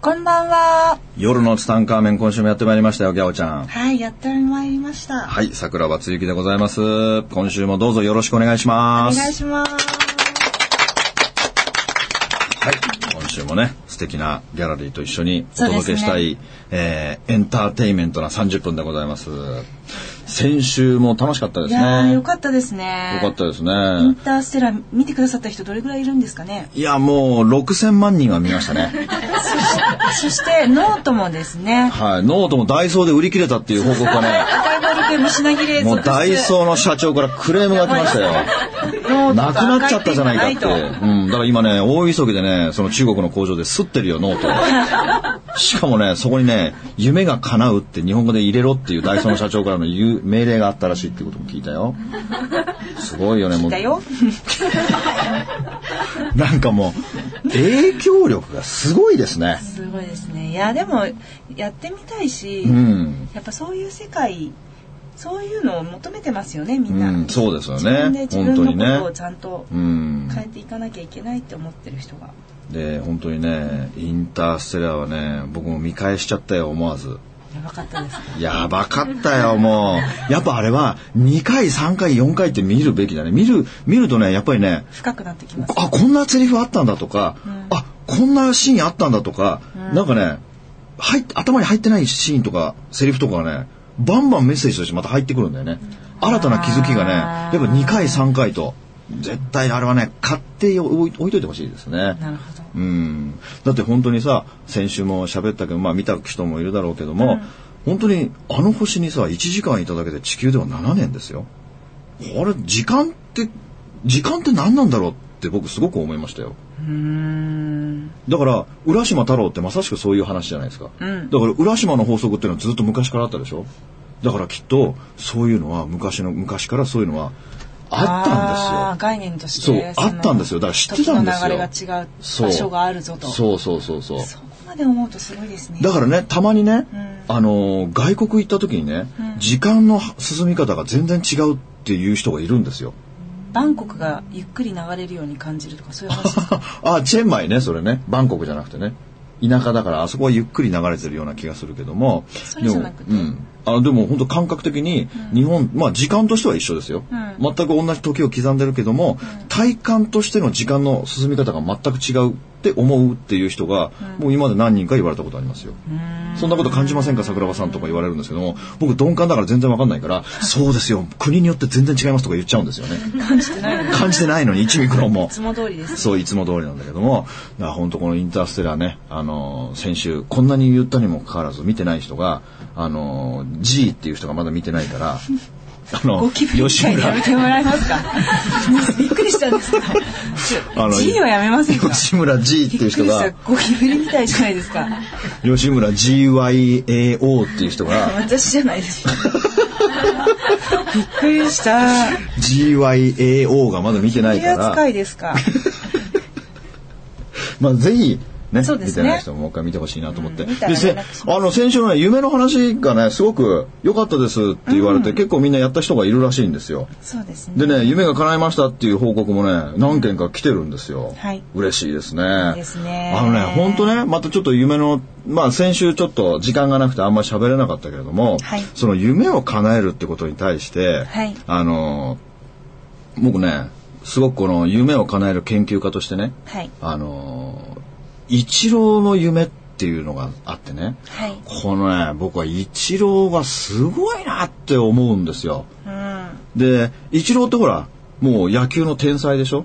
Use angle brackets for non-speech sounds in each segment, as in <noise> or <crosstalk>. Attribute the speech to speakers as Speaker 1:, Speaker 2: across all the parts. Speaker 1: こんばんは。
Speaker 2: 夜のツタンカーメン今週もやってまいりましたよ、ギャオちゃん。
Speaker 1: はい、やってまいりました。
Speaker 2: はい、桜庭つゆきでございます。今週もどうぞよろしくお願いし
Speaker 1: お
Speaker 2: ます。
Speaker 1: 願いします。
Speaker 2: はい、今週もね、素敵なギャラリーと一緒にお
Speaker 1: そうですね
Speaker 2: 届けしたい、えーエンターテインメントな30分でございます。先週も楽しかったで
Speaker 1: い
Speaker 2: す
Speaker 1: やー、
Speaker 2: ね。
Speaker 1: よ
Speaker 2: よか
Speaker 1: かったですね。
Speaker 2: ったです
Speaker 1: イン
Speaker 2: ね。
Speaker 1: ターステラー見てくださった人どれぐらいいるんですかね。
Speaker 2: いや、もう6000万人は見まし
Speaker 1: <laughs>
Speaker 2: たね。
Speaker 1: そして、 <laughs> ノートもですね。
Speaker 2: はい、ノートもダイソーで売り切れたっていう報告
Speaker 1: <laughs>
Speaker 2: がね。
Speaker 1: 赤いボールペンも品切れ
Speaker 2: も
Speaker 1: 続
Speaker 2: う
Speaker 1: 出。
Speaker 2: ダイソーの社長からクレームが来ましたよ。
Speaker 1: ノート
Speaker 2: なくなっちゃったじゃないかって。
Speaker 1: と赤ペンがないと
Speaker 2: うん。だから今ね、大急ぎでね、その中国の工場で吸ってるよ、ノー <laughs> トを。しかもね、そこにね、夢が叶うって日本語で入れろっていうダイソーの社長からの言う命令があったらしいってことも聞いたよ。すごいよね、もう。
Speaker 1: だよ。
Speaker 2: なんかもう、影響力がすごいですね。
Speaker 1: すごいですね。いや、でも、やってみたいし、
Speaker 2: うん。
Speaker 1: やっぱそういう世界、そういうのを求めてますよね、み
Speaker 2: うん
Speaker 1: な。
Speaker 2: ん、そうですよ
Speaker 1: 自分で
Speaker 2: ね。
Speaker 1: 自
Speaker 2: 本当に
Speaker 1: 分の
Speaker 2: ね
Speaker 1: ことを。ちゃんと
Speaker 2: うん。
Speaker 1: 変えていかなきゃいけないって思ってる人が。
Speaker 2: で本当にねインターステラーはね僕も見返しちゃったよ思わず
Speaker 1: やばかったです。
Speaker 2: やばかったよもうやっぱあれは2回3回4回って見るべきだね見る見るとねやっぱりね
Speaker 1: 深くなってきます。
Speaker 2: あこんなセリフあったんだとか、
Speaker 1: ん
Speaker 2: あこんなシーンあったんだとか、なんかね入っ頭に入ってないシーンとかセリフとかがねバンバンメッセージとしてまた入ってくるんだよね新たな気づきがねや
Speaker 1: あ
Speaker 2: っ
Speaker 1: ー
Speaker 2: ぱ2回3回と絶対あれはね買っておい置いといてほしいですね
Speaker 1: なるほど。
Speaker 2: うん、だって本当にさ先週も喋ったけど、まあ、見た人もいるだろうけども、本当にあの星にさ1時間いただけで地球では7年ですよこれ時間って時間って何なんだろうって僕すごく思いましたよ
Speaker 1: うーん。
Speaker 2: だから浦島太郎ってまさしくそういう話じゃないですか、
Speaker 1: うん
Speaker 2: だから浦島の法則っていうのはずっと昔からあったでしょだからきっとそういうのは昔の昔からそういうのはあったんですよ
Speaker 1: あー概念として。
Speaker 2: そうあったんですよだから知ってたんです
Speaker 1: 時の
Speaker 2: よ
Speaker 1: 流れが違う
Speaker 2: そう
Speaker 1: 場所があるぞと。そ
Speaker 2: そうそうそうそう
Speaker 1: こまで思うとすごいですね。
Speaker 2: だからねたまにね、
Speaker 1: うん
Speaker 2: あのー外国行った時にね、
Speaker 1: うん
Speaker 2: 時間の進み方が全然違うっていう人がいるんですよ。
Speaker 1: バンコクがゆっくり流れるように感じるとかそういう話ですか。
Speaker 2: あチェンマイねそれねバンコクじゃなくてね田舎だからあそこはゆっくり流れてるような気がするけども
Speaker 1: それじゃなくて
Speaker 2: でも,、うん、あのでも本当感覚的に日本、まあ時間としては一緒ですよ、
Speaker 1: うん
Speaker 2: 全く同じ時を刻んでるけども、体感としての時間の進み方が全く違うって思うっていう人が、もう今まで何人か言われたことありますよ。そんなこと感じませんか桜庭さんとか言われるんですけども僕鈍感だから全然わかんないから「そうですよ国によって全然違います」とか言っちゃうんですよね
Speaker 1: 感じてないの
Speaker 2: <laughs>
Speaker 1: に。い
Speaker 2: 感じてないのに1ミクロンも
Speaker 1: つも通りです。
Speaker 2: そういつも通りなんだけどもだから本当この「インターステラーね」あのー先週こんなに言ったにもかかわらず見てない人があのー G っていう人がまだ見てないから
Speaker 1: <laughs>
Speaker 2: あの
Speaker 1: ご気分み
Speaker 2: 吉
Speaker 1: たいにや
Speaker 2: 村
Speaker 1: めてもらえますかびっくりしたんですけど。
Speaker 2: あの
Speaker 1: G はやめませんか
Speaker 2: 吉村 G って
Speaker 1: びっ
Speaker 2: いう
Speaker 1: く
Speaker 2: 人
Speaker 1: りし
Speaker 2: が
Speaker 1: た。ゴキブリみたいじゃないですか。
Speaker 2: 吉村 GYAO っていう人が
Speaker 1: 私じゃない
Speaker 2: <laughs>
Speaker 1: です。びっくりした。
Speaker 2: GYAO がまだ見てない
Speaker 1: 気
Speaker 2: から
Speaker 1: 扱いですか。
Speaker 2: まあ、ぜひ、ね、
Speaker 1: そうで
Speaker 2: 見
Speaker 1: す
Speaker 2: て
Speaker 1: ね
Speaker 2: ない人ももう一回見てほしいなと思って。
Speaker 1: うん見たら
Speaker 2: でせ
Speaker 1: 連絡します
Speaker 2: あの、先週のね、夢の話がね、すごく良かったですって言われて、結構みんなやった人がいるらしいんですよ。
Speaker 1: そうですね。
Speaker 2: でね、夢が叶いましたっていう報告もね、何件か来てるんですよ。
Speaker 1: はい
Speaker 2: 嬉しいですね。
Speaker 1: いですね
Speaker 2: あのね、ほんとね、またちょっと夢の、まあ先週ちょっと時間がなくてあんまり喋れなかったけれども、
Speaker 1: はい
Speaker 2: その夢を叶えるってことに対して、
Speaker 1: はい
Speaker 2: あの、僕ね、すごくこの夢を叶える研究家としてね、
Speaker 1: はい。
Speaker 2: あのー、一郎の夢っていうのがあってね、
Speaker 1: はい。
Speaker 2: このね、僕は一郎がすごいなって思うんですよ。
Speaker 1: うん。
Speaker 2: で、一郎ってほら、もう野球の天才でしょ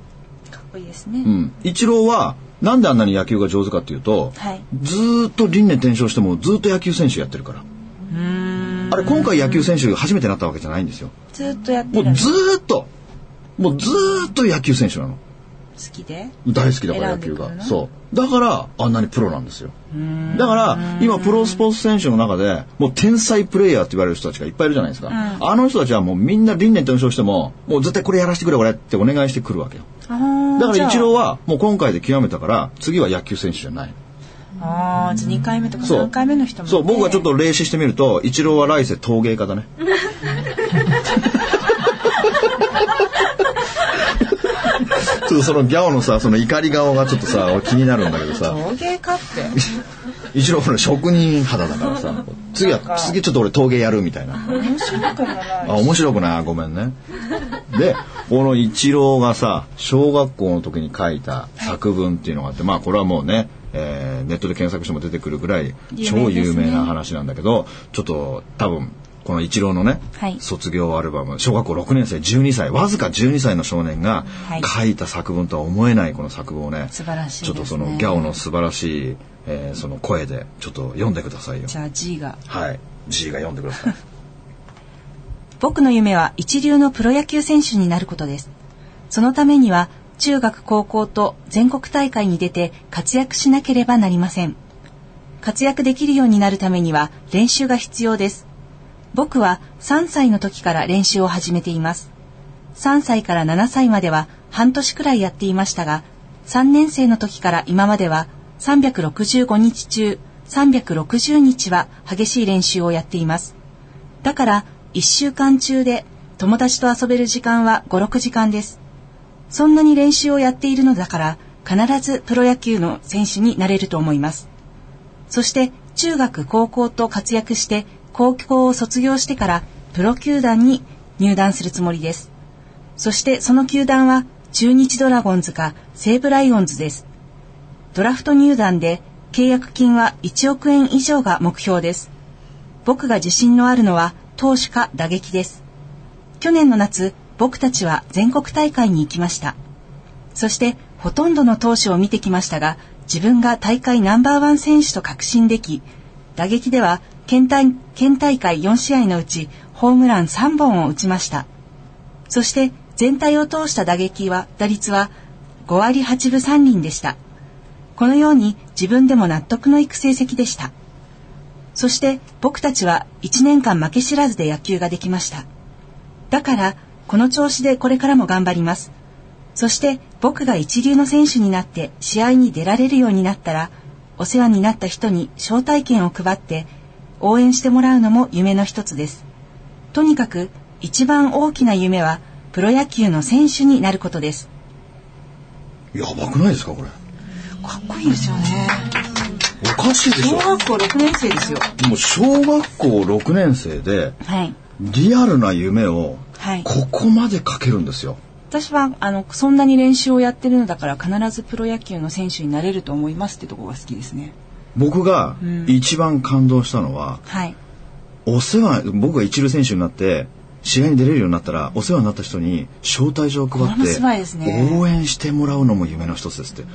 Speaker 1: かっこいいですね。
Speaker 2: うん。一郎は、なんであんなに野球が上手かっていうと、
Speaker 1: はい。
Speaker 2: ずーっと輪廻転生してもずーっと野球選手やってるから。あれ、今回野球選手初めてなったわけじゃないんですよ。
Speaker 1: ずっとやって
Speaker 2: も
Speaker 1: る
Speaker 2: う。ずーっと、もうずーっと野球選手なの。
Speaker 1: きで
Speaker 2: 大好きだから野球
Speaker 1: 選んでくる
Speaker 2: が
Speaker 1: の
Speaker 2: そうだからあんなにプロなんですよだから今プロスポーツ選手の中でもう天才プレイヤーって言われる人たちがいっぱいいるじゃないですか、あの人たちはもうみんな輪廻転生してももう絶対これやらせてくれ俺ってお願いしてくるわけよだから一郎
Speaker 1: は
Speaker 2: はもう今回で極めたから次は野球選手じゃない
Speaker 1: あーじゃあ2回目とか
Speaker 2: そう
Speaker 1: 3回目の人もね
Speaker 2: そう僕がちょっと霊視してみると一郎は来世陶芸
Speaker 1: <laughs>
Speaker 2: 家だね <laughs> ちょっとそのギャオのさその怒り顔がちょっとさ俺気になるんだけどさ
Speaker 1: 陶芸家って
Speaker 2: 一郎ほら職人肌だか
Speaker 1: <laughs>
Speaker 2: らさ次は次ちょっと俺陶芸やるみたいな
Speaker 1: 面白くもない
Speaker 2: あ面白くないごめんねでこの一郎がさ小学校の時に書いた作文っていうのがあってまあこれはもうね、えーネットで検索しても出てくるぐらい
Speaker 1: 有名
Speaker 2: 超
Speaker 1: ですね
Speaker 2: 有名な話なんだけど、ちょっと多分この一郎のね、
Speaker 1: はい
Speaker 2: 卒業アルバム小学校6年生12歳わずか12歳の少年が
Speaker 1: はい
Speaker 2: 書いた作文とは思えないこの作文をね
Speaker 1: 素晴らしいですね
Speaker 2: ちょっとそのギャオの素晴らしい、えーその声でちょっと読んでくださいよ
Speaker 1: じゃあ G が
Speaker 2: はい G が読んでください
Speaker 1: 僕の夢は一流のプロ野球選手になることです。そのためには中学高校と全国大会に出て活躍しなければなりません。活躍できるようになるためには練習が必要です。僕は3歳の時から練習を始めています。3歳から7歳までは半年くらいやっていましたが、3年生の時から今までは365日中360日は激しい練習をやっています。だから1週間中で友達と遊べる時間は5、6時間です。そんなに練習をやっているのだから必ずプロ野球の選手になれると思います。そして中学高校と活躍して高校を卒業してからプロ球団に入団するつもりです。そしてその球団は中日ドラゴンズか西武ライオンズです。ドラフト入団で契約金は1億円以上が目標です。僕が自信のあるのは投手か打撃です。去年の夏、僕たちは全国大会に行きました。そしてほとんどの投手を見てきましたが、自分が大会ナンバーワン選手と確信でき、打撃では県大県大会4試合のうちホームラン3本を打ちました。そして全体を通した打撃は打率は5割8分3厘でした。このように自分でも納得のいく成績でした。そして僕たちは1年間負け知らずで野球ができました。だからこの調子でこれからも頑張ります。そして僕が一流の選手になって試合に出られるようになったら、お世話になった人に招待券を配って応援してもらうのも夢の一つです。とにかく一番大きな夢はプロ野球の選手になることです。
Speaker 2: やばくないですかこれ
Speaker 1: かっこいいですよね。
Speaker 2: おかしいでし
Speaker 1: 小
Speaker 2: ょ
Speaker 1: 学校6年生ですよ。
Speaker 2: もう小学校6年生で
Speaker 1: はい。
Speaker 2: リアルな夢を
Speaker 1: はい。
Speaker 2: ここまで書けるんですよ。
Speaker 1: 私はあのそんなに練習をやってるのだから必ずプロ野球の選手になれると思いますってとこが好きですね。
Speaker 2: 僕が一番感動したのは、
Speaker 1: はい。
Speaker 2: お世話、僕が一流選手になって、試合に出れるようになったら、お世話になった人に招待状を配
Speaker 1: これもすごい
Speaker 2: っ
Speaker 1: です
Speaker 2: て、
Speaker 1: ね
Speaker 2: 応援してもらうのも夢の一つですって。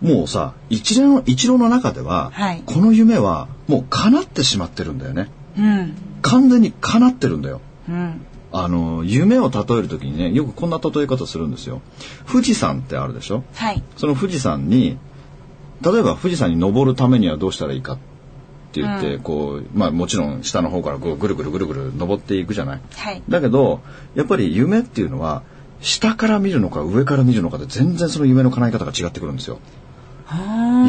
Speaker 2: もうさ、一連の、一郎の中では、
Speaker 1: はい
Speaker 2: この夢はもう叶ってしまってるんだよね。
Speaker 1: うん。
Speaker 2: 完全に叶ってるんだよ。
Speaker 1: うん。
Speaker 2: あの夢を例える時にねよくこんな例え方するんですよ富士山ってあるでしょ
Speaker 1: はい。
Speaker 2: その富士山に例えば富士山に登るためにはどうしたらいいかって言って、こうまあもちろん下の方からこうぐるぐるぐるぐる登っていくじゃない
Speaker 1: はい。
Speaker 2: だけどやっぱり夢っていうのは下から見るのか上から見るのかで全然その夢の叶え方が違ってくるんですよ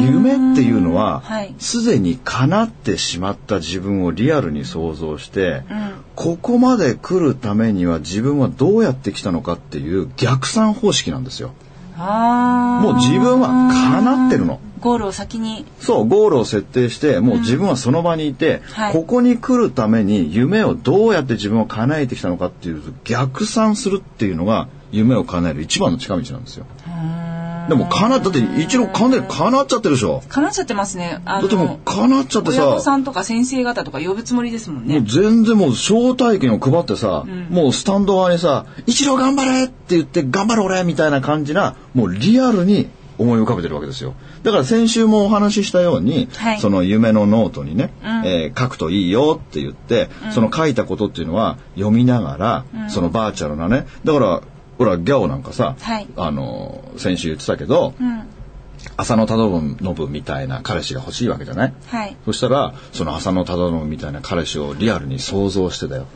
Speaker 2: 夢っていうのは
Speaker 1: はい
Speaker 2: すで、に叶ってしまった自分をリアルに想像して、
Speaker 1: うん。
Speaker 2: ここまで来るためには自分はどうやってきたのかっていう逆算方式なんですよ。
Speaker 1: ああ。
Speaker 2: もう自分は叶ってるの。
Speaker 1: ゴールを先に。
Speaker 2: そう、ゴールを設定して、もう自分はその場にいて、
Speaker 1: はい
Speaker 2: ここに来るために夢をどうやって自分は叶えてきたのかっていう逆算するっていうのが夢を叶える一番の近道なんですよ。でも叶っだって一応完全に叶っちゃってるでしょ。
Speaker 1: 叶っちゃってますね。あ
Speaker 2: だってもう
Speaker 1: の。
Speaker 2: 叶っちゃって
Speaker 1: 親
Speaker 2: さ
Speaker 1: 御。さんとか先生方とか呼ぶつもりですもん
Speaker 2: もう
Speaker 1: ね。
Speaker 2: 全然もう招待券を配ってさ、もうスタンド側にさ「一郎頑張れ!」って言って「頑張れ俺!」みたいな感じなもうリアルに思い浮かべてるわけですよだから先週もお話ししたように、
Speaker 1: はい
Speaker 2: その夢のノートにね、えー書くといいよって言って、その書いたことっていうのは読みながら、そのバーチャルなねだからほら、ギャオなんかさ、
Speaker 1: はい
Speaker 2: あの、先週言ってたけど、
Speaker 1: うん。
Speaker 2: 浅野忠信みたいな彼氏が欲しいわけじゃない
Speaker 1: はい。
Speaker 2: そしたら、その浅野忠信みたいな彼氏をリアルに想像してたよ。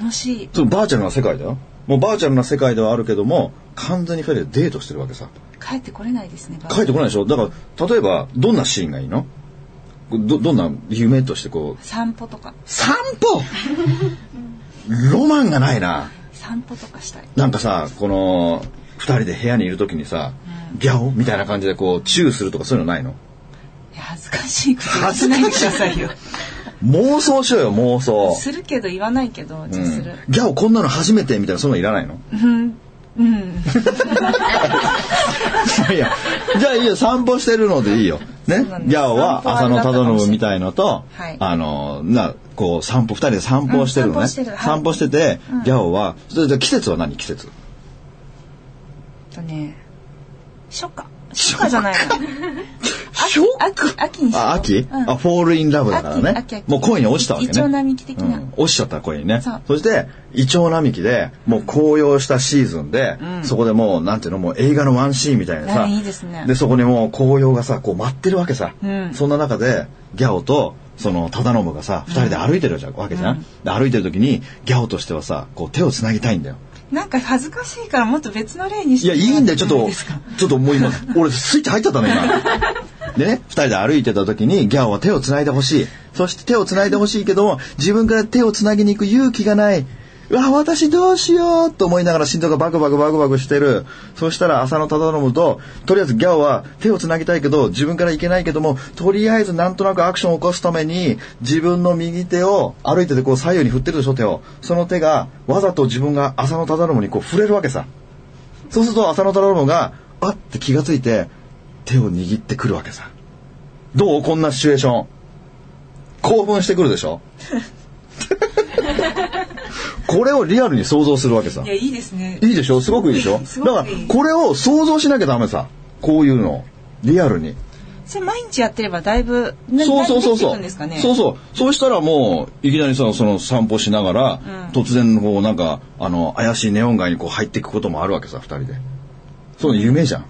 Speaker 1: 楽しい。
Speaker 2: そのバーチャルな世界だよ。もうバーチャルな世界ではあるけども、完全に彼でデートしてるわけさ。
Speaker 1: 帰ってこれないですね。
Speaker 2: 帰ってこないでしょだから、例えば、どんなシーンがいいのど、どんな夢としてこう、
Speaker 1: 散歩とか。
Speaker 2: 散歩ロマンがないな。
Speaker 1: 散歩とかしたい。
Speaker 2: なんかさ、この、二人で部屋にいるときにさ、ギャオみたいな感じでこう、チューするとかそういうのないの
Speaker 1: いや恥ずか <laughs> しいこと
Speaker 2: 恥ずかしい
Speaker 1: 言わないでくださいよ。
Speaker 2: 妄想しようよ、妄想。
Speaker 1: するけど言わないけど、じゃあする。
Speaker 2: ギャオこんなの初めてみたいな、そういうのいらないの
Speaker 1: うん。うん。
Speaker 2: いや、じゃあいいよ、散歩してるのでいいよ。ね
Speaker 1: うな。んです
Speaker 2: ギャオは浅
Speaker 1: 散歩
Speaker 2: 野
Speaker 1: は楽しい
Speaker 2: 忠信みたいのと、
Speaker 1: はい
Speaker 2: あの、な、こう、散歩、二人で散歩をしてるのね。
Speaker 1: うん散歩してるはい
Speaker 2: 散歩してて、ギャオは、それで季節は何季節
Speaker 1: とね、初夏。初夏じゃないの。
Speaker 2: 初
Speaker 1: 秋秋秋にしよう
Speaker 2: あ、秋、
Speaker 1: うん
Speaker 2: あ、フォールインラブだからね。
Speaker 1: 秋秋秋
Speaker 2: もう恋に落ちたわけね。
Speaker 1: イチョウ並木的な
Speaker 2: うん落ちちゃった恋にね。
Speaker 1: そう
Speaker 2: そして、イチョウ並木で、もう紅葉したシーズンで、そこでもう、なんていうの、もう映画のワンシーンみたいなさ。
Speaker 1: あいいですね
Speaker 2: そこにもう紅葉がさ、こう待ってるわけさ。
Speaker 1: うん
Speaker 2: そんな中で、ギャオと、その、忠信がさ、二人で歩いてるじゃんわけじゃん。で歩いてる時に、ギャオとしてはさ、こう手を繋ぎたいんだよ。
Speaker 1: なんか恥ずかしいからもっと別の例にし
Speaker 2: い
Speaker 1: て
Speaker 2: や、いいんだよ、ちょっ
Speaker 1: もらてもい
Speaker 2: と
Speaker 1: いですか、
Speaker 2: ちょっともう今、
Speaker 1: <laughs>
Speaker 2: 俺スイッチ入っちゃったね、今。でね、二人で歩いてた時に、ギャオは手を繋いでほしい。そして手を繋いでほしいけども、自分から手を繋ぎに行く勇気がない。うわ、私どうしようと思いながら心臓がバクバクバクバクしてる。そしたら浅野忠信と、とりあえずギャオは手を繋ぎたいけど、自分から行けないけども、とりあえずなんとなくアクションを起こすために、自分の右手を歩いててこう左右に振ってるでしょ、手を。その手が、わざと自分が浅野忠信にこう触れるわけさ。そうすると浅野忠信が、あって気がついて、手を握ってくるわけさ。どうこんなシチュエーション。興奮してくるで
Speaker 1: <laughs>
Speaker 2: しょこれをリアルに想像するわけさ。
Speaker 1: いや、
Speaker 2: い
Speaker 1: いいですね。
Speaker 2: いでしょすごくいいでしょ
Speaker 1: すご
Speaker 2: だから
Speaker 1: くいい、
Speaker 2: これを想像しなきゃダメさ。こういうのを。リアルに。
Speaker 1: それ毎日やってればだいぶ、な
Speaker 2: そうそうそ
Speaker 1: 慣
Speaker 2: う
Speaker 1: れてきて
Speaker 2: そ
Speaker 1: くん
Speaker 2: う。
Speaker 1: ですかね。
Speaker 2: そうそう。そうしたらもう、いきなりさ、その散歩しながら、突然、こう、なんか、あの、怪しいネオン街にこう入っていくこともあるわけさ、二人で。そういうの夢じゃん。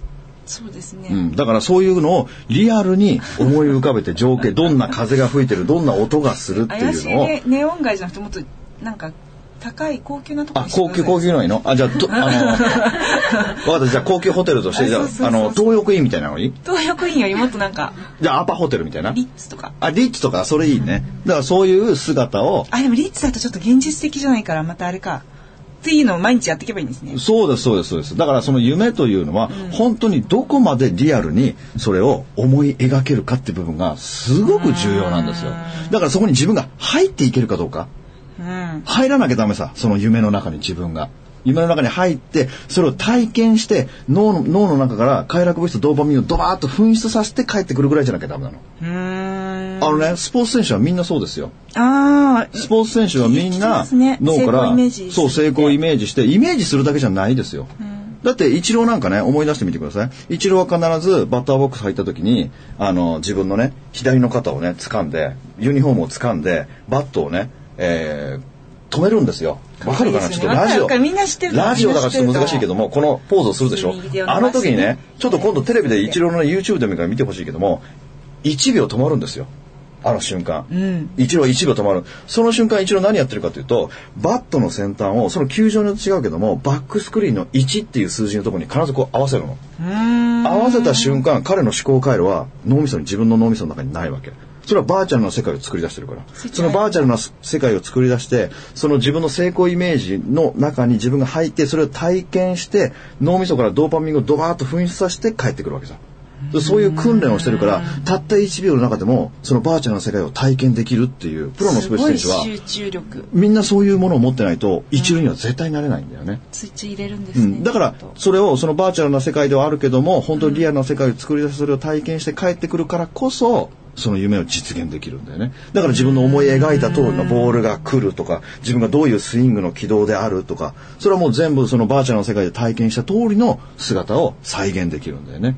Speaker 1: そうですね。
Speaker 2: うん、だからそういうのをリアルに思い浮かべて情景どんな風が吹いてるどんな音がするって
Speaker 1: 怪
Speaker 2: い
Speaker 1: しいう
Speaker 2: のを
Speaker 1: ねネオン街じゃなくてもっとなんか高い高級なところ
Speaker 2: あ高級高級のいいのあじゃあとあの
Speaker 1: <laughs>
Speaker 2: わかったじゃあ高級ホテルとしてじゃ
Speaker 1: あそうそうそう
Speaker 2: ああの東横インみたいなのがいい
Speaker 1: 東横インよりもっとなんか
Speaker 2: じゃあアパホテルみたいな
Speaker 1: リッツとか
Speaker 2: あリッチとかそれいいねだからそういう姿を
Speaker 1: あでもリッツだとちょっと現実的じゃないからまたあれかっていうのを毎日やっていけばいいんですね
Speaker 2: そうですそうですそうですだからその夢というのは、本当にどこまでリアルにそれを思い描けるかって部分がすごく重要なんですよだからそこに自分が入っていけるかどうか
Speaker 1: うん
Speaker 2: 入らなきゃダメさその夢の中に自分が夢の中に入ってそれを体験して脳の脳の中から快楽物質ドーパミンをドバーッと噴出させて帰ってくるぐらいじゃなきゃダメなの、
Speaker 1: うーん
Speaker 2: あのねスポーツ選手はみんなそうですよ
Speaker 1: あー
Speaker 2: スポーツ選手はみんな
Speaker 1: 聞きますね
Speaker 2: 脳か
Speaker 1: 成功
Speaker 2: ら
Speaker 1: イメージ
Speaker 2: そう成功をイメージしてイメージするだけじゃないですよ、だってイチローなんかね思い出してみてくださいイチローは必ずバッターボックス入った時にあの自分のね左の肩をね掴んでユニフォームを掴んでバットをね、えー止めるんですよわかるか
Speaker 1: かっ
Speaker 2: な
Speaker 1: こいいです
Speaker 2: ちょっ
Speaker 1: ね
Speaker 2: とラジ
Speaker 1: わ
Speaker 2: オ
Speaker 1: かるわかるみんな知ってる
Speaker 2: ラジオだからちょっと難しいけどもこのポーズをするでしょ
Speaker 1: 右手を伸ばし
Speaker 2: あ
Speaker 1: て
Speaker 2: の時にねちょっと今度テレビでイチローのね YouTube でもいいから見てほしいけども1秒止まるんですよあの瞬間、
Speaker 1: ん
Speaker 2: 一郎一秒止まるその瞬間一郎何やってるかというとバットの先端をその球場によって違うけどもバックスクリーンの1っていう数字のところに必ずこう合わせるの
Speaker 1: うーん
Speaker 2: 合わせた瞬間彼の思考回路は脳みそに自分の脳みその中にないわけそれはバーチャルな世界を作り出してるから
Speaker 1: スイッチ
Speaker 2: そのバーチャルな世界を作り出してその自分の成功イメージの中に自分が入ってそれを体験して脳みそからドーパミンをドバーッと噴出させて帰ってくるわけさそういう訓練をしてるからたった1秒の中でもそのバーチャルな世界を体験できるっていうプロのス
Speaker 1: す
Speaker 2: ポ
Speaker 1: ご
Speaker 2: ー
Speaker 1: い
Speaker 2: ツ選手
Speaker 1: 集
Speaker 2: は
Speaker 1: 中力
Speaker 2: みんなそういうものを持ってないと一流には絶対なれないんだよね、
Speaker 1: スイッチ入れるんで
Speaker 2: う
Speaker 1: すね、
Speaker 2: ん、だから
Speaker 1: ちょっと
Speaker 2: それをそのバーチャルな世界ではあるけども本当にリアルな世界を作り出しそれを体験して帰ってくるからこそその夢を実現できるんだよねだから自分の思い描いた通りのボールが来るとか自分がどういうスイングの軌道であるとかそれはもう全部そのバーチャルの世界で体験した通りの姿を再現できるんだよね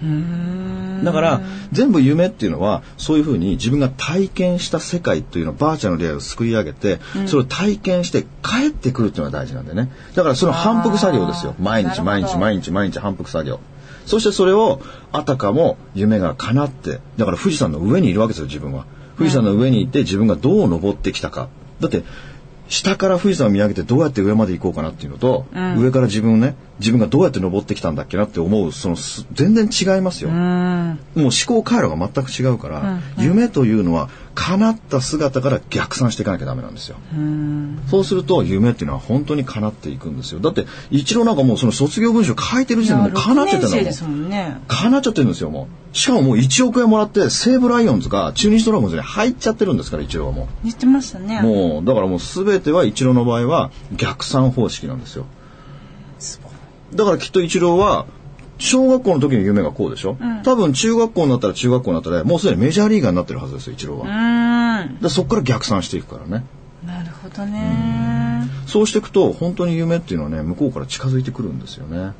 Speaker 1: うーん
Speaker 2: だから全部夢っていうのはそういうふうに自分が体験した世界というのをバーチャルの出会いを作り上げて、それを体験して帰ってくるっていうのが大事なんだよねだからその反復作業ですよ
Speaker 1: あー
Speaker 2: 毎日
Speaker 1: なる
Speaker 2: 毎
Speaker 1: ほ
Speaker 2: 日
Speaker 1: ど
Speaker 2: 毎日毎日反復作業そしてそれをあたかも夢が叶ってだから富士山の上にいるわけですよ自分は富士山の上にいて自分がどう登ってきたかだって下から富士山を見上げてどうやって上まで行こうかなっていうのと、上から自分をね自分がどうやって登ってきたんだっけなって思うそのす全然違いますよ、
Speaker 1: うん。
Speaker 2: もう思考回路が全く違うから、夢というのは叶った姿から逆算していかなきゃダメなんですよ。そうすると夢っていうのは本当に叶っていくんですよ。だって一郎なんかもうその卒業文集書いてる時点でもう叶っちゃって
Speaker 1: 6年
Speaker 2: るん
Speaker 1: 生で
Speaker 2: だもん
Speaker 1: す。もんね。
Speaker 2: 叶っちゃってるんですよもう。しかももう1億円もらって西武ライオンズが中日ドラゴンズに入っちゃってるんですから一郎はもう。
Speaker 1: 言ってましたね。
Speaker 2: もうだからもう全ては一郎の場合は逆算方式なんですよだからきっと一郎は小学校の時の夢がこうでしょ、多分中学校になったら中学校になったらもうすでにメジャーリーガーになってるはずですよ一郎は、
Speaker 1: うーん。
Speaker 2: でそこから逆算していくからね
Speaker 1: なるほどね。
Speaker 2: そうしていくと本当に夢っていうのはね向こうから近づいてくるんですよね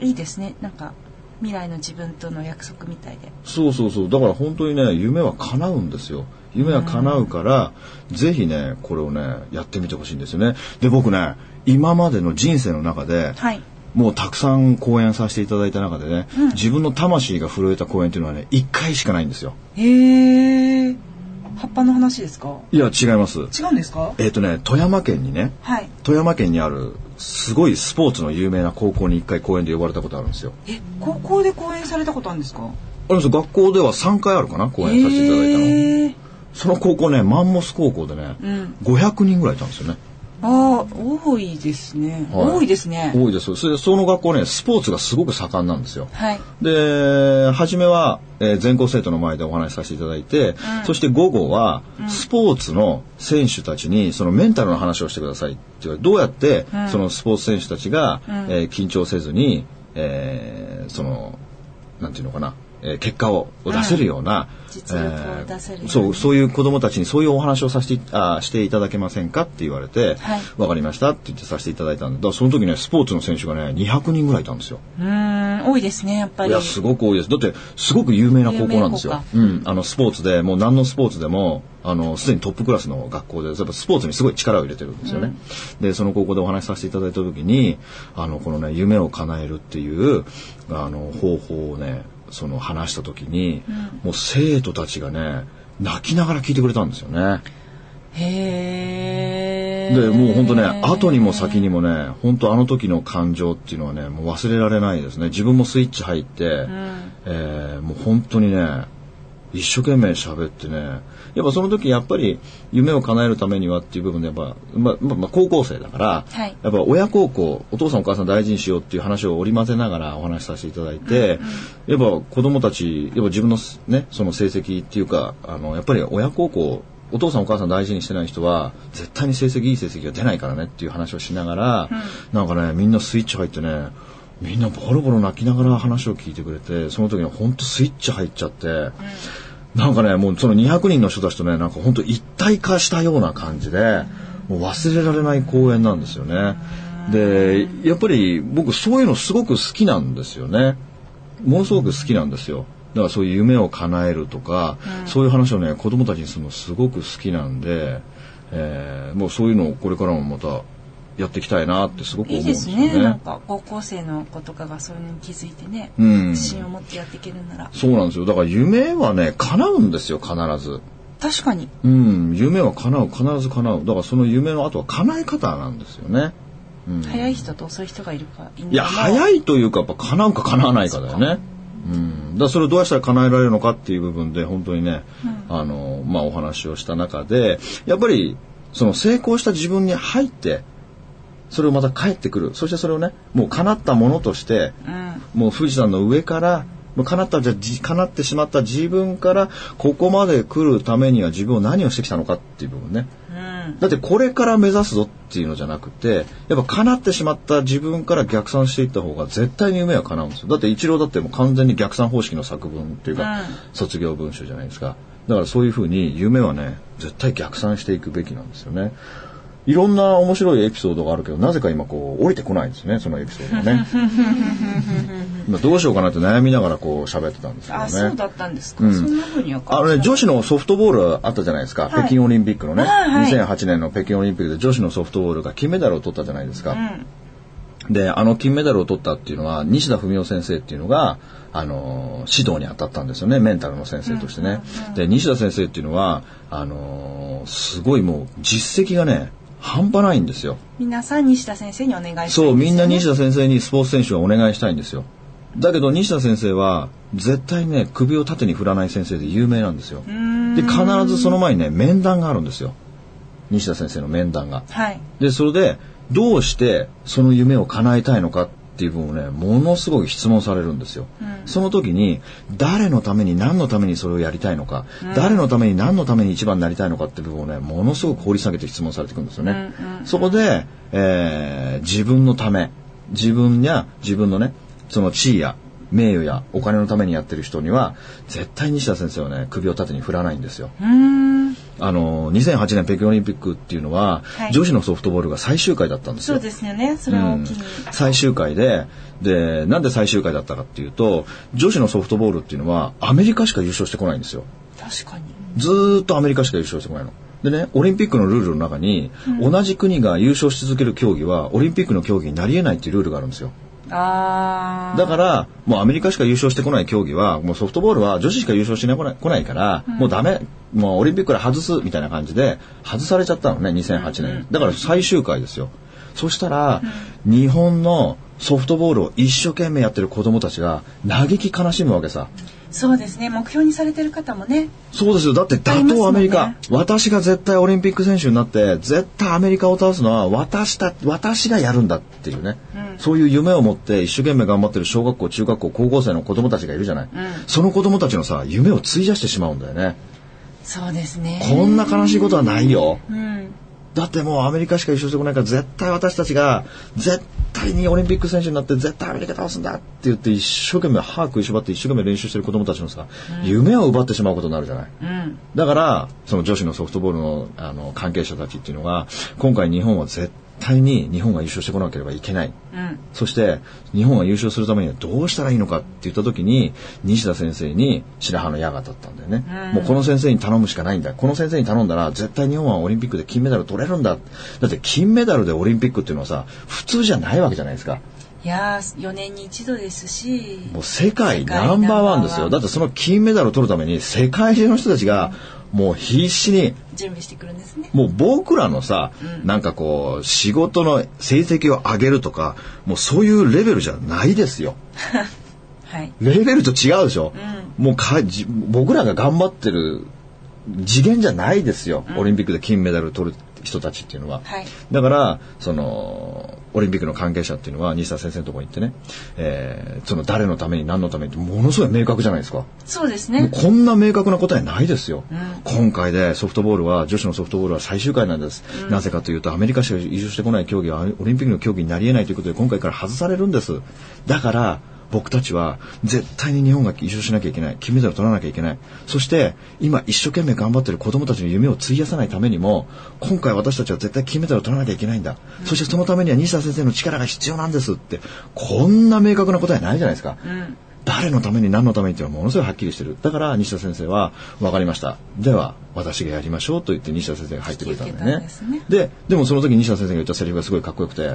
Speaker 1: いいですね。なんか、未来の自分との約束みたいで。
Speaker 2: そうそうそうだから本当にね夢は叶うんですよ夢は叶うから、ぜひねこれをねやってみてほしいんですよねで僕ね今までの人生の中で、
Speaker 1: はい。
Speaker 2: もうたくさん講演させていただいた中でね、自分の魂が震えた講演っていうのはね1回しかないんですよ
Speaker 1: へえ。葉っぱの話ですか
Speaker 2: いや違います
Speaker 1: 違うんですか
Speaker 2: えっ、とね富山県にね
Speaker 1: はい。
Speaker 2: 富山県にあるすごいスポーツの有名な高校に1回講演で呼ばれたことあるんですよ
Speaker 1: え、高校で講演されたことあるんですか
Speaker 2: あれですよ学校では3回あるかな講演させていただいたの、
Speaker 1: へえ。
Speaker 2: その高校ねマンモス高校でね、
Speaker 1: うん
Speaker 2: 500人ぐらいいたんですよね
Speaker 1: ああ、多いですね。
Speaker 2: はい
Speaker 1: 多いですね。
Speaker 2: 多いですよそれでその学校ねスポーツがすごく盛んなんですよ
Speaker 1: はい。
Speaker 2: で初めは、えー全校生徒の前でお話しさせていただいて、そして午後は、スポーツの選手たちにそのメンタルの話をしてくださいって言われどうやって、そのスポーツ選手たちが、えー緊張せずに、えーそのなんていうのかな、えー結果を出せるような、
Speaker 1: 実力を出せるように
Speaker 2: そうそういう子どもたちにそういうお話をさせてあしていただけませんかって言われて、
Speaker 1: はい
Speaker 2: わかりましたって言ってさせていただいたんでだからその時ねスポーツの選手がね200人ぐらいいたんですよ。
Speaker 1: うーん、多いですね、やっぱ
Speaker 2: い
Speaker 1: り。
Speaker 2: や、すごく多いです。だって、すごく有名な高校なんです
Speaker 1: 有
Speaker 2: よ
Speaker 1: 名。
Speaker 2: うん。あの、スポーツで、もう何のスポーツでも、あの、すでにトップクラスの学校で、やっぱスポーツにすごい力を入れてるんですよね。で、その高校でお話しさせていただいたときに、あの、このね、夢を叶えるっていう、あの、方法をね、その話したときに、もう生徒たちがね、泣きながら聞いてくれたんですよね。
Speaker 1: へえ。
Speaker 2: で、もう本当ね、後にも先にもね、本当あの時の感情っていうのはね、もう忘れられないですね。自分もスイッチ入って、えーもう本当にね、一生懸命喋ってね、やっぱその時やっぱり夢を叶えるためにはっていう部分でやっぱ、ま、ま、ま高校生だから、
Speaker 1: はい
Speaker 2: やっぱ親孝行、お父さんお母さん大事にしようっていう話を織り交ぜながらお話しさせていただいて、やっぱ子供たち、やっぱ自分のすね、その成績っていうか、あの、やっぱり親孝行、お父さんお母さん大事にしてない人は、絶対に成績いい成績が出ないからねっていう話をしながら、なんかね、みんなスイッチ入ってね、みんなボロボロ泣きながら話を聞いてくれて、その時にほんとスイッチ入っちゃって、なんかね、もうその200人の人たちとね、なんか本当一体化したような感じで、もう忘れられない公演なんですよね。で、やっぱり僕そういうのすごく好きなんですよね。ものすごく好きなんですよ。だからそういう夢を叶えるとか、そういう話をね、子供たちにするのすごく好きなんで、えーもうそういうのをこれからもまたやっていきたいなってすごく思
Speaker 1: い
Speaker 2: うん
Speaker 1: い
Speaker 2: で
Speaker 1: ですす
Speaker 2: よ
Speaker 1: ね。なん
Speaker 2: ね。
Speaker 1: か、高校生の子とかがそういうのに気づいてね、
Speaker 2: うん。
Speaker 1: 自信を持ってやっていけるなら。
Speaker 2: そうなんですよ。だから夢はね、叶うんですよ、必ず。
Speaker 1: 確かに。
Speaker 2: うん、夢は叶う、必ず叶う。だからその夢の後は叶え方なんですよね。うん、
Speaker 1: 早い人と遅い人がいるか、いない
Speaker 2: いや、早いというか、やっぱ叶うか叶わないかだよね。うん、だからそれをどうしたら叶えられるのかっていう部分で本当にね、あのまあ、お話をした中でやっぱりその成功した自分に入ってそれをまた帰ってくるそしてそれをねもう叶ったものとして
Speaker 1: うん。
Speaker 2: もう富士山の上から、もう叶ったじゃ、じ叶ってしまった自分から、ここまで来るためには自分を何をしてきたのかっていう部分ね。
Speaker 1: うん。
Speaker 2: だってこれから目指すぞっていうのじゃなくて、やっぱ叶ってしまった自分から逆算していった方が絶対に夢は叶うんですよ。だって一郎だってもう完全に逆算方式の作文っていうか、
Speaker 1: うん
Speaker 2: 卒業文集じゃないですか。だからそういうふうに夢はね、絶対逆算していくべきなんですよね。いろんな面白いエピソードがあるけど、なぜか今こう、降りてこないんですね、そのエピソード
Speaker 1: <laughs>
Speaker 2: がね。今どうしようかなって悩みながらこう、喋ってたんですけどね。
Speaker 1: あ、そうだったんですか。
Speaker 2: うん
Speaker 1: そんな風に分か
Speaker 2: あのね、女子のソフトボールあったじゃないですか。
Speaker 1: はい
Speaker 2: 北京オリンピックのね、
Speaker 1: はいはい
Speaker 2: 2008年の北京オリンピックで女子のソフトボールが金メダルを取ったじゃないですか。
Speaker 1: ん
Speaker 2: で、あの金メダルを取ったっていうのは、西田文夫先生っていうのが、あのー、指導に当たったんですよね、メンタルの先生としてね。で、西田先生っていうのは、あのー、すごいもう実績がね、半端ないんですよ。
Speaker 1: 皆さん西田先生にお願いしたいんですよね
Speaker 2: そう、みんな西田先生にスポーツ選手はお願いしたいんですよ。だけど西田先生は絶対ね首を縦に振らない先生で有名なんですよ。で必ずその前にね面談があるんですよ。西田先生の面談が。
Speaker 1: はい。
Speaker 2: でそれでどうしてその夢を叶えたいのかっていう部分をねものすごく質問されるんですよ、その時に誰のために何のためにそれをやりたいのか、誰のために何のために一番になりたいのかっていう部分をねものすごく掘り下げて質問されていくんですよね、そこで、えー自分のため自分や自分のねその地位や名誉やお金のためにやってる人には絶対西田先生はね首を縦に振らないんですよ、
Speaker 1: うーん。
Speaker 2: あの2008年北京オリンピックっていうのは、
Speaker 1: はい
Speaker 2: 女子のソフトボールが最終回だったんです
Speaker 1: そ
Speaker 2: よ。
Speaker 1: うですよね。それは大きい。
Speaker 2: うん最終回ででなんで最終回だったかっていうと女子のソフトボールっていうのはアメリカしか優勝してこないんですよ。
Speaker 1: 確かに。
Speaker 2: ずーっとアメリカしか優勝してこないの。でね、オリンピックのルールの中に、同じ国が優勝し続ける競技は、オリンピックの競技になり得ないっていうルールがあるんですよ。
Speaker 1: あ
Speaker 2: だから、もうアメリカしか優勝してこない競技は、もうソフトボールは女子しか優勝してこないこないから、もうダメ、もうオリンピックから外すみたいな感じで、外されちゃったのね、2008年。だから最終回ですよ。そしたら、日本のソフトボールを一生懸命やってる子供たちが、嘆き悲しむわけさ。
Speaker 1: ーそうですね。目標にされてる方もね。
Speaker 2: そうですよ。だって打倒アメリカ。
Speaker 1: ありま
Speaker 2: 私が絶対オリンピック選手になって、絶対アメリカを倒すのは私た、私がやるんだっていうね。そういう夢を持って一生懸命頑張ってる小学校、中学校、高校生の子供たちがいるじゃない。その子供たちのさ、夢を費やしてしまうんだよね。
Speaker 1: そうですね。
Speaker 2: こんな悲しいことはないよ。
Speaker 1: うん。
Speaker 2: だってもうアメリカしか優勝してこないから絶対私たちが絶対にオリンピック選手になって絶対アメリカ倒すんだって言って一生懸命歯食いしばって一生懸命練習してる子供たちのさ、夢を奪ってしまうことになるじゃない。
Speaker 1: うん。
Speaker 2: だから、その女子のソフトボールのあの関係者たちっていうのが、今回日本は絶対に日本が優勝してこなければいけない。
Speaker 1: うん。
Speaker 2: そして、日本が優勝するためにはどうしたらいいのかって言った時に、西田先生に白羽の矢が立ったんだよね。もうこの先生に頼むしかないんだ。この先生に頼んだら、絶対日本はオリンピックで金メダル取れるんだ。だって金メダルでオリンピックっていうのはさ、普通じゃないわけじゃないですか。
Speaker 1: いやー、4年に一度ですし。
Speaker 2: もう世界ナンバーワンですよ。だってその金メダルを取るために、世界中の人たちが、もう必死に
Speaker 1: 準備してくるんですね。
Speaker 2: もう僕らのさ、なんかこう、仕事の成績を上げるとか、もうそういうレベルじゃないですよ。
Speaker 1: はい。
Speaker 2: レベルと違うでしょ。もうかじ僕らが頑張ってる次元じゃないですよ。オリンピックで金メダル取る人たちっていうのは。
Speaker 1: はい
Speaker 2: だから、その、オリンピックの関係者っていうのは、西田先生のところに行ってね、えーその誰のために何のためにってものすごい明確じゃないですか。
Speaker 1: そうです
Speaker 2: もう
Speaker 1: ね。
Speaker 2: こんな明確な答えないですよ、今回でソフトボールは女子のソフトボールは最終回なんです、なぜかというとアメリカしか優勝してこない競技はオリンピックの競技になり得ないということで今回から外されるんですだから僕たちは絶対に日本が優勝しなきゃいけない金メダル取らなきゃいけないそして今一生懸命頑張ってる子供たちの夢を費やさないためにも今回私たちは絶対金メダルを取らなきゃいけないんだ、そしてそのためには西田先生の力が必要なんですってこんな明確な答えないじゃないですか、誰のために何のためにっていうのはものすごいはっきりしてるだから西田先生は「分かりましたでは私がやりましょう」と言って西田先生が入ってくれたんだよ
Speaker 1: 引き受けたん
Speaker 2: ね
Speaker 1: ですね
Speaker 2: ででもその時西田先生が言ったセリフがすごいかっこよくて、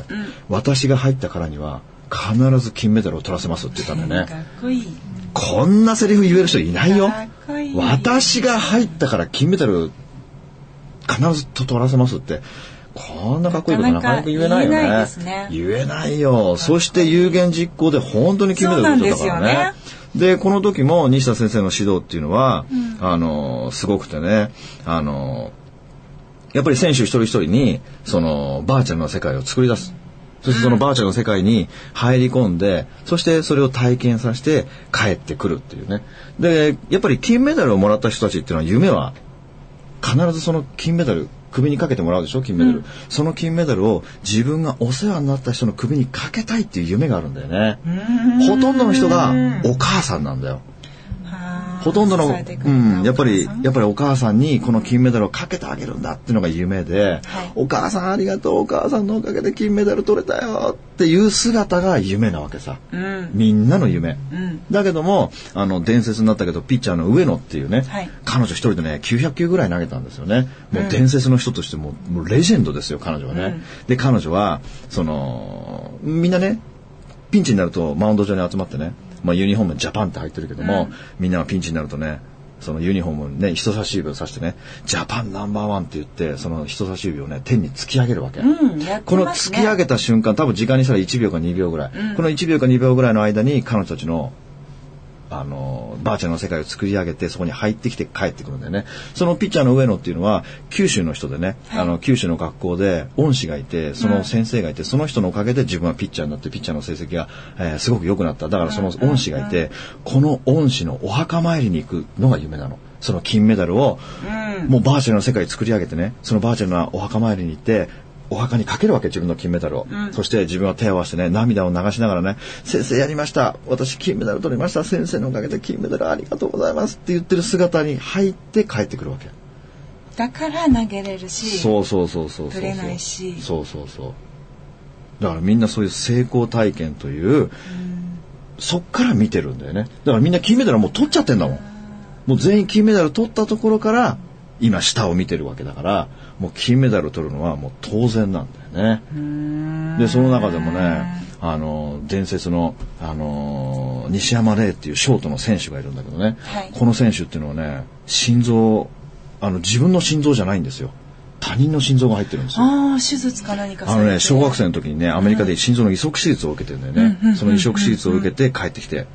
Speaker 2: 私が入ったからには必ず金メダルを取らせますって言ったんだよね
Speaker 1: かっこいい。
Speaker 2: こんなセリフ言える人いないよ
Speaker 1: かっこいい
Speaker 2: 私が入ったから金メダル必ずと取らせますってこんなかっこいいことなかなか言えないよね
Speaker 1: なかなか言えないですね
Speaker 2: 言えないよそして有言実行で本当に金メダル取ったから
Speaker 1: そうなん
Speaker 2: ねでこの時も西田先生の指導っていうのは、あのすごくてねあのやっぱり選手一人一人にそのバーチャルな世界を作り出すそしてそのバーチャルの世界に入り込んで、そしてそれを体験させて帰ってくるっていうねでやっぱり金メダルをもらった人たちっていうのは夢は必ずその金メダル首にかけてもらうでしょ金メダル、その金メダルを自分がお世話になった人の首にかけたいっていう夢があるんだよねほとんどの人がお母さんなんだよ
Speaker 1: はー
Speaker 2: ほほとんどの、
Speaker 1: 支えてくれた
Speaker 2: う
Speaker 1: お母さ
Speaker 2: ん、
Speaker 1: ん
Speaker 2: やっぱり、やっぱりお母さんにこの金メダルをかけてあげるんだっていうのが夢で、
Speaker 1: はい
Speaker 2: お母さんありがとう、お母さんのおかげで金メダル取れたよっていう姿が夢なわけさ。
Speaker 1: うん
Speaker 2: みんなの夢。
Speaker 1: うん
Speaker 2: だけども、あの、伝説になったけど、ピッチャーの上野っていうね、
Speaker 1: はい
Speaker 2: 彼女一人でね、900球ぐらい投げたんですよね。もう伝説の人としてもう、もうレジェンドですよ、彼女はね。で、彼女は、その、みんなね、ピンチになるとマウンド上に集まってね、まあ、ユニフォームにジャパンって入ってるけども、みんながピンチになるとね、そのユニフォームにね、人差し指を指してね、ジャパンナンバーワンって言って、その人差し指をね、天に突き上げるわけ。
Speaker 1: うんやって
Speaker 2: この
Speaker 1: ます
Speaker 2: 突
Speaker 1: ね
Speaker 2: き上げた瞬間、多分時間にしたら1秒か2秒ぐらい、この1秒か2秒ぐらいの間に彼女たちの、あの、バーチャルの世界を作り上げて、そこに入ってきて帰ってくるんだよね。そのピッチャーの上野っていうのは、九州の人でね、あの、九州の学校で恩師がいて、その先生がいて、その人のおかげで自分はピッチャーになって、ピッチャーの成績が、えーすごく良くなった。だからその恩師がいて、この恩師のお墓参りに行くのが夢なの。その金メダルを、もうバーチャルの世界作り上げてね、そのバーチャルなお墓参りに行って、お墓にかけるわけ自分の金メダルを、そして自分は手を合わせてね涙を流しながらね「先生やりました私金メダル取りました先生のおかげで金メダルありがとうございます」って言ってる姿に入って帰ってくるわけ、
Speaker 1: だから投げれるし
Speaker 2: そうそうそうそうそうそう
Speaker 1: 取れないし
Speaker 2: そうそうそうだからみんなそういう成功体験という、そっから見てるんだよねだからみんな金メダルはもう取っちゃってんだもんもう全員金メダル取ったところから今下を見てるわけだからもう金メダル取るのはもう当然なんだよね、でその中でもねあの伝説のあの西山玲っていうショートの選手がいるんだけどね、
Speaker 1: はい
Speaker 2: この選手っていうのはね心臓あの自分の心臓じゃないんですよ他人の心臓が入ってるんですよ
Speaker 1: ああ手術か何か
Speaker 2: あ
Speaker 1: され
Speaker 2: の
Speaker 1: て
Speaker 2: ね、小学生の時にね、アメリカで心臓の移植手術を受けてるんだよね。その移植手術を受けて帰ってきて。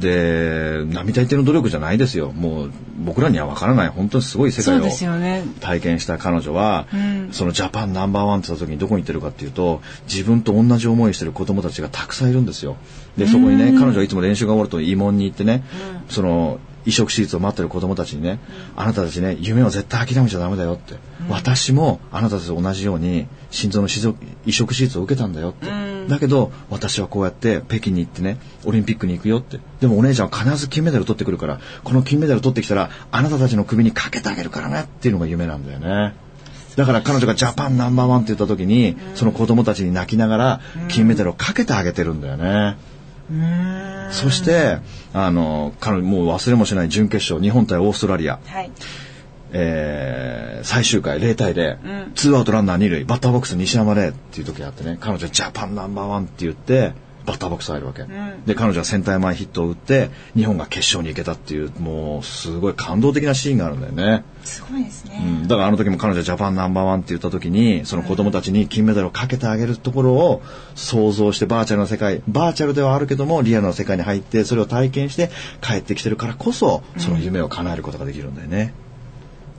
Speaker 2: で、並大抵の努力じゃないですよ。もう、僕らにはわからない、本当にすごい世
Speaker 1: そ
Speaker 2: 界
Speaker 1: う
Speaker 2: を
Speaker 1: ですよね
Speaker 2: 体験した彼女は、そのジャパンナンバーワンって言った時にどこに行ってるかっていうと、自分と同じ思いしてる子供たちがたくさんいるんですよ。で、そこにね、彼女はいつも練習が終わると慰問に行ってね、その、移植手術を待ってる子供たちにね、あなたたちね、夢を絶対諦めちゃダメだよって。私もあなたたちと同じように心臓の手術移植手術を受けたんだよって。だけど、私はこうやって北京に行ってね、オリンピックに行くよって。でもお姉ちゃんは必ず金メダル取ってくるから、この金メダル取ってきたら、あなたたちの首にかけてあげるからねっていうのが夢なんだよね。だから彼女がジャパンナンバーワンって言った時に、その子供たちに泣きながら金メダルをかけてあげてるんだよね。そして、あの、彼女もう忘れもしない準決勝、日本対オーストラリア。
Speaker 1: はい
Speaker 2: えー最終回0対0、ツーアウトランナー二塁、バッターボックス西山0っていう時があってね、彼女ジャパンナンバーワンって言って、バッターボックス入るわけ。で、彼女はセンター前ヒットを打って、日本が決勝に行けたっていう、もうすごい感動的なシーンがあるんだよね。
Speaker 1: すごいですね、
Speaker 2: うん、だからあの時も彼女はジャパンナンバーワンって言った時にその子供たちに金メダルをかけてあげるところを想像してバーチャルの世界バーチャルではあるけどもリアルの世界に入ってそれを体験して帰ってきてるからこそその夢を叶えることができるんだよね。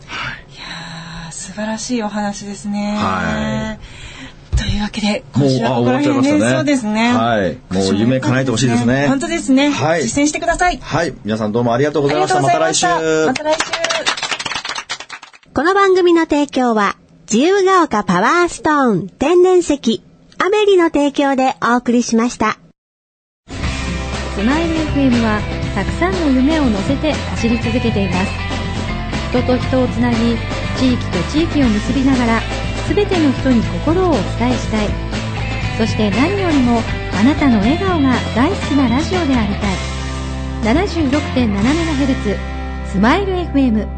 Speaker 1: あー素晴らしいお話ですね。
Speaker 2: は
Speaker 1: というわけで、
Speaker 2: も
Speaker 1: 今
Speaker 2: う
Speaker 1: 週は
Speaker 2: あ
Speaker 1: ここら辺で、そう
Speaker 2: 終わっちゃいま
Speaker 1: で
Speaker 2: し
Speaker 1: す
Speaker 2: たね
Speaker 1: ね。
Speaker 2: はい
Speaker 1: 今週
Speaker 2: もう夢叶えてほしいですね
Speaker 1: 本当ですね。
Speaker 2: はい
Speaker 1: 実践してください。あ
Speaker 2: はい皆さんどうもありがとうご
Speaker 1: り
Speaker 2: ざい
Speaker 1: が
Speaker 2: ま
Speaker 1: と
Speaker 2: し
Speaker 1: うご
Speaker 2: た
Speaker 1: ざ
Speaker 2: ま
Speaker 1: いま
Speaker 2: た来
Speaker 1: し
Speaker 2: 週
Speaker 1: た。また来週。
Speaker 3: この番組の提供は、自由が丘パワーストーン天然石、アメリの提供でお送りしました。
Speaker 4: スマイル FM はたくさんの夢を乗せて走り続けています人と人をつなぎ地域と地域を結びながら全ての人に心をお伝えしたいそして何よりもあなたの笑顔が大好きなラジオでありたい 76.7MHz スマイル FM